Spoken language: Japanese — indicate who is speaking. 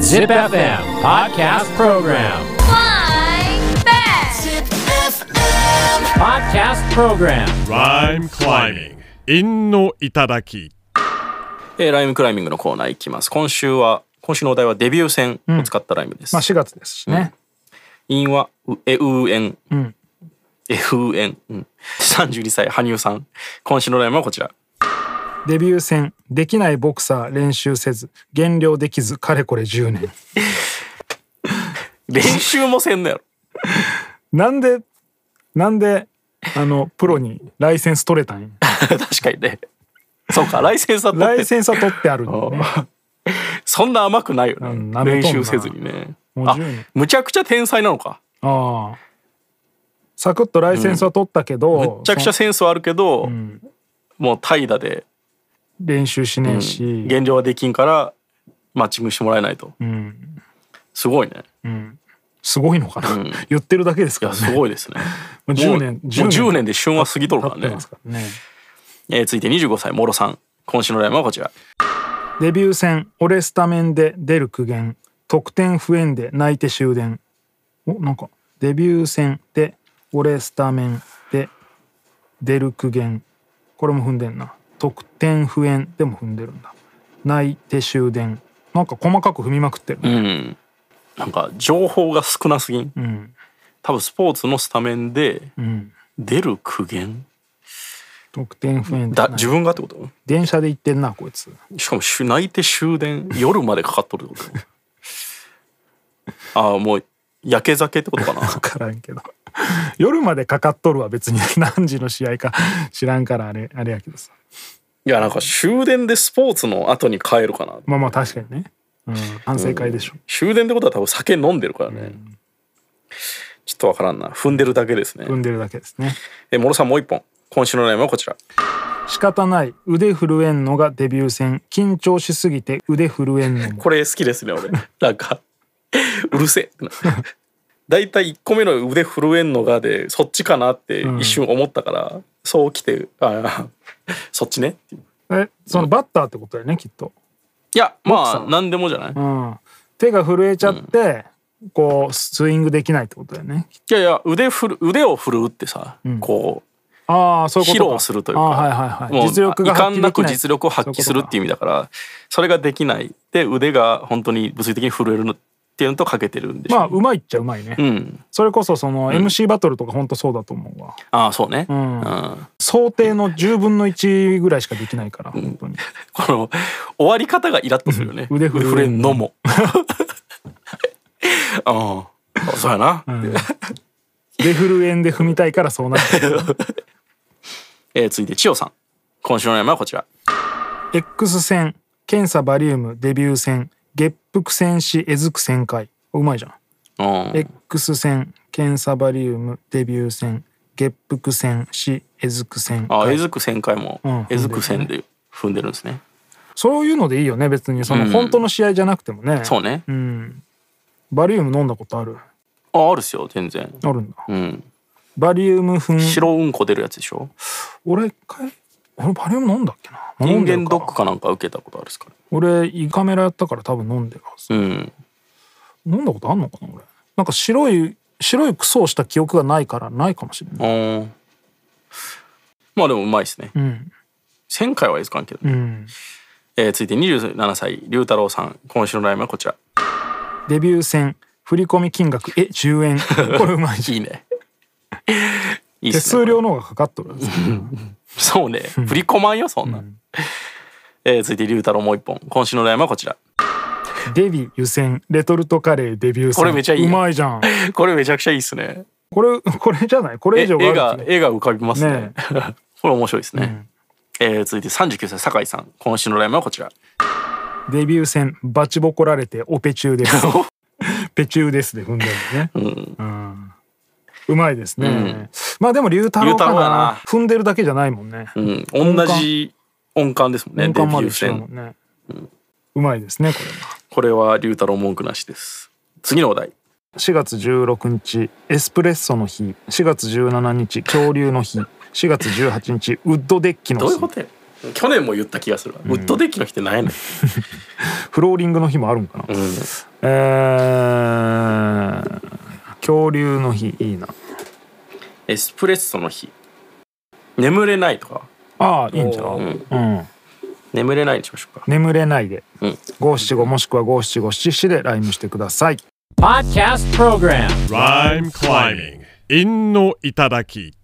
Speaker 1: Zip FM Podcast Program.
Speaker 2: Flying back.
Speaker 1: Podcast Program.
Speaker 3: Rhyme climbing. 陰の頂き。
Speaker 4: えーライムクライミングのコーナーいきます今週は今週のお題はデビュー戦を使ったライムです、
Speaker 5: まあ4月ですしね。
Speaker 4: インはうえうえん、えうえん、うん、32歳羽生さん今週のライムはこちら
Speaker 5: デビュー戦、できないボクサー練習せず、減量できず、かれこれ10年。
Speaker 4: 練習もせんのやろ
Speaker 5: なんで、なんで、あの、プロにライセンス取れ たんや。
Speaker 4: 確かにねそうかライセンスは取
Speaker 5: ラ
Speaker 4: っ
Speaker 5: イ
Speaker 4: て
Speaker 5: センスは取ってあるんだよね。
Speaker 4: そんな甘くないよね、
Speaker 5: うん舐め
Speaker 4: 練
Speaker 5: とん
Speaker 4: 習
Speaker 5: な
Speaker 4: せずにね
Speaker 5: もう
Speaker 4: あ
Speaker 5: 10年
Speaker 4: むちゃくちゃ天才なのか
Speaker 5: ああ。サクッとライセンスは取ったけど、
Speaker 4: むちゃくちゃ
Speaker 5: そ
Speaker 4: センスはあるけど、もう怠惰で
Speaker 5: の練習しねえし、
Speaker 4: 減量はできんからマッチングしてもらえないと、すごいね
Speaker 5: すごいのかな、言ってるだけです
Speaker 4: い
Speaker 5: から
Speaker 4: や
Speaker 5: ね。
Speaker 4: すごい ですねも
Speaker 5: もう10
Speaker 4: う
Speaker 5: 年、
Speaker 4: もう10年で旬は過ぎとるから
Speaker 5: 経って
Speaker 4: ね
Speaker 5: ますからね。
Speaker 4: えー、続いて25歳、もろさん。今週のライムはこちら。
Speaker 5: デビュー戦、オレスタメンで出る苦言、得点不縁で泣いて終電。お、なんか、デビュー戦で、オレスタメンで出る苦言。これも踏んでんな。得点不縁でも踏んでるんだ。泣いて終電。なんか細かく踏みまくってる。
Speaker 4: うん。なんか、情報が少なすぎん。
Speaker 5: ん
Speaker 4: 多分、スポーツのスタメンで、出る苦言、
Speaker 5: 得点不縁で
Speaker 4: だ、
Speaker 5: 泣い
Speaker 4: 自分がってこと
Speaker 5: 電車で行ってんな、こいつ。
Speaker 4: しかも、し泣いて終電、夜までかかっとるってこと ああ、もう、やけ酒ってことかな。
Speaker 5: わからんけど。夜までかかっとるは別に 何時の試合か知らんからあれ、あれやけどさ。
Speaker 4: いや、なんか、終電でスポーツの後に帰るかな。
Speaker 5: まあまあ確かにね。うん、反省会でしょ。
Speaker 4: 終電ってことは多分、酒飲んでるからね。ちょっとわからんな。踏んでるだけですね。
Speaker 5: 踏んでるだけですね。
Speaker 4: えー、もろさんもう一本。今週のライムはこちら。
Speaker 5: 仕方ない腕震えんのがデビュー戦緊張しすぎて腕震え んのも
Speaker 4: これ好きですね俺なんかうるせえってなだいたい1個目の腕震えんのがでそっちかなって一瞬思ったから、そう来てああそっちねっていう
Speaker 5: えそのバッターってことだよねきっと、
Speaker 4: いやまあ何でもじゃない、
Speaker 5: う
Speaker 4: い
Speaker 5: ん、手が震えちゃって、こうスイングできないってことだよね
Speaker 4: やいや腕振る腕を振るうってさ、こう
Speaker 5: ああそういうこ
Speaker 4: 披
Speaker 5: とか
Speaker 4: 露するというか
Speaker 5: ああはいはい
Speaker 4: も
Speaker 5: は
Speaker 4: う
Speaker 5: い実力が発揮
Speaker 4: 遺憾
Speaker 5: できない
Speaker 4: なく実力を発揮するっていう
Speaker 5: う
Speaker 4: 意味だからそれができないで腕が本当に物理的に震えるのっていうのとかけてるんでしょ
Speaker 5: まあうまいっちゃうまいね、
Speaker 4: うん
Speaker 5: それこそその MC バトルとか本当そうだと思うわ、
Speaker 4: ああそうね、
Speaker 5: ん
Speaker 4: うん
Speaker 5: 想定の10分の1ぐらいしかできないから本当に、
Speaker 4: この終わり方がイラッとするよね。
Speaker 5: 腕振る
Speaker 4: れんのも。 ああ、そうやな。
Speaker 5: で震えんで踏みたいからそうなる
Speaker 4: えー、続いて千代さん。今週の山はこちら。
Speaker 5: X 線検査バリウムデビュー線月腹線子えずく旋回うまいじゃん
Speaker 4: うん
Speaker 5: X 線検査バリウムデビュー線月腹線子えずく旋
Speaker 4: あ、え
Speaker 5: 回
Speaker 4: ずく旋回も
Speaker 5: うん、
Speaker 4: えずく線で踏んでるんですね。
Speaker 5: そういうのでいいよね別にその本当の試合じゃなくてもね、
Speaker 4: そうね。
Speaker 5: バリウム飲んだことある
Speaker 4: あ、あるっすよ、全然。
Speaker 5: あるんだ
Speaker 4: うん。
Speaker 5: バリウム粉
Speaker 4: 白うんこ出るやつでしょ。
Speaker 5: 俺一回俺バリウム飲んだっけな飲
Speaker 4: 人
Speaker 5: んで
Speaker 4: 間
Speaker 5: る
Speaker 4: ド
Speaker 5: か
Speaker 4: ックかなんか受けたことあるっすか
Speaker 5: 俺胃カメラやったから多分飲んでるはず
Speaker 4: ら。うん。
Speaker 5: 飲んだことあんのかな俺なんか白い白いクソをした記憶がないからないかもしれない
Speaker 4: うん。まあでもうまいっすね。
Speaker 5: うん
Speaker 4: 旋回はいいっすかんけど
Speaker 5: う
Speaker 4: ね。
Speaker 5: ん
Speaker 4: えー、続いて27歳、龍太郎さん。今週のライブはこちら。
Speaker 5: デビュー戦振込金額え10円これうまいし
Speaker 4: いいね。いいっ
Speaker 5: 手
Speaker 4: すね
Speaker 5: 数料の方がかかっとる
Speaker 4: そうね。振り込まんよ、そんなん。えー、続いて、龍太郎もう一本。今週のライムはこちら。
Speaker 5: デビ湯煎レトルトカレーデビュー戦
Speaker 4: これめちゃいいね
Speaker 5: うまいじゃん
Speaker 4: これめちゃくちゃいいっすね。
Speaker 5: これこれじゃないこ
Speaker 4: え
Speaker 5: れ以
Speaker 4: 絵
Speaker 5: 上が
Speaker 4: が
Speaker 5: ある、気が
Speaker 4: 絵が浮かびますね
Speaker 5: ね。
Speaker 4: これ面白いですね。えー、続いて39歳、酒井さん。今週のライムはこちら。
Speaker 5: デビュー戦バチボコられてオペ中です ペチューですで踏んでるねうんうまいですね、まあでも龍太郎
Speaker 4: 龍太
Speaker 5: か
Speaker 4: 郎だ
Speaker 5: な
Speaker 4: な
Speaker 5: 踏んでるだけじゃないもんね、
Speaker 4: うん。同じ音感ですもんね、
Speaker 5: 年
Speaker 4: デビ
Speaker 5: 間ま
Speaker 4: ュ
Speaker 5: で
Speaker 4: ー
Speaker 5: 一緒だも
Speaker 4: 戦
Speaker 5: ん。ね、うまいですねこれは
Speaker 4: これは龍太郎文句なしです。次のお題。
Speaker 5: 4月16日エスプレッソの日4月17日恐竜の日4月18日ウッドデッキの日
Speaker 4: どういうことや去年も言った気がするわ。ウッドデッキの日って何やねん。
Speaker 5: フローリングの日もあるんかな、えー、恐竜の日いいな
Speaker 4: エスプレッソの日眠れないとか
Speaker 5: ああいいんちゃ
Speaker 4: う
Speaker 5: うんうん
Speaker 4: 眠れないにしましょうか
Speaker 5: 眠れないで
Speaker 4: うん
Speaker 5: 五七五もしくは五七五七七でライムしてください
Speaker 1: Podcast Program
Speaker 3: Rhyme climbing. 韻の頂き。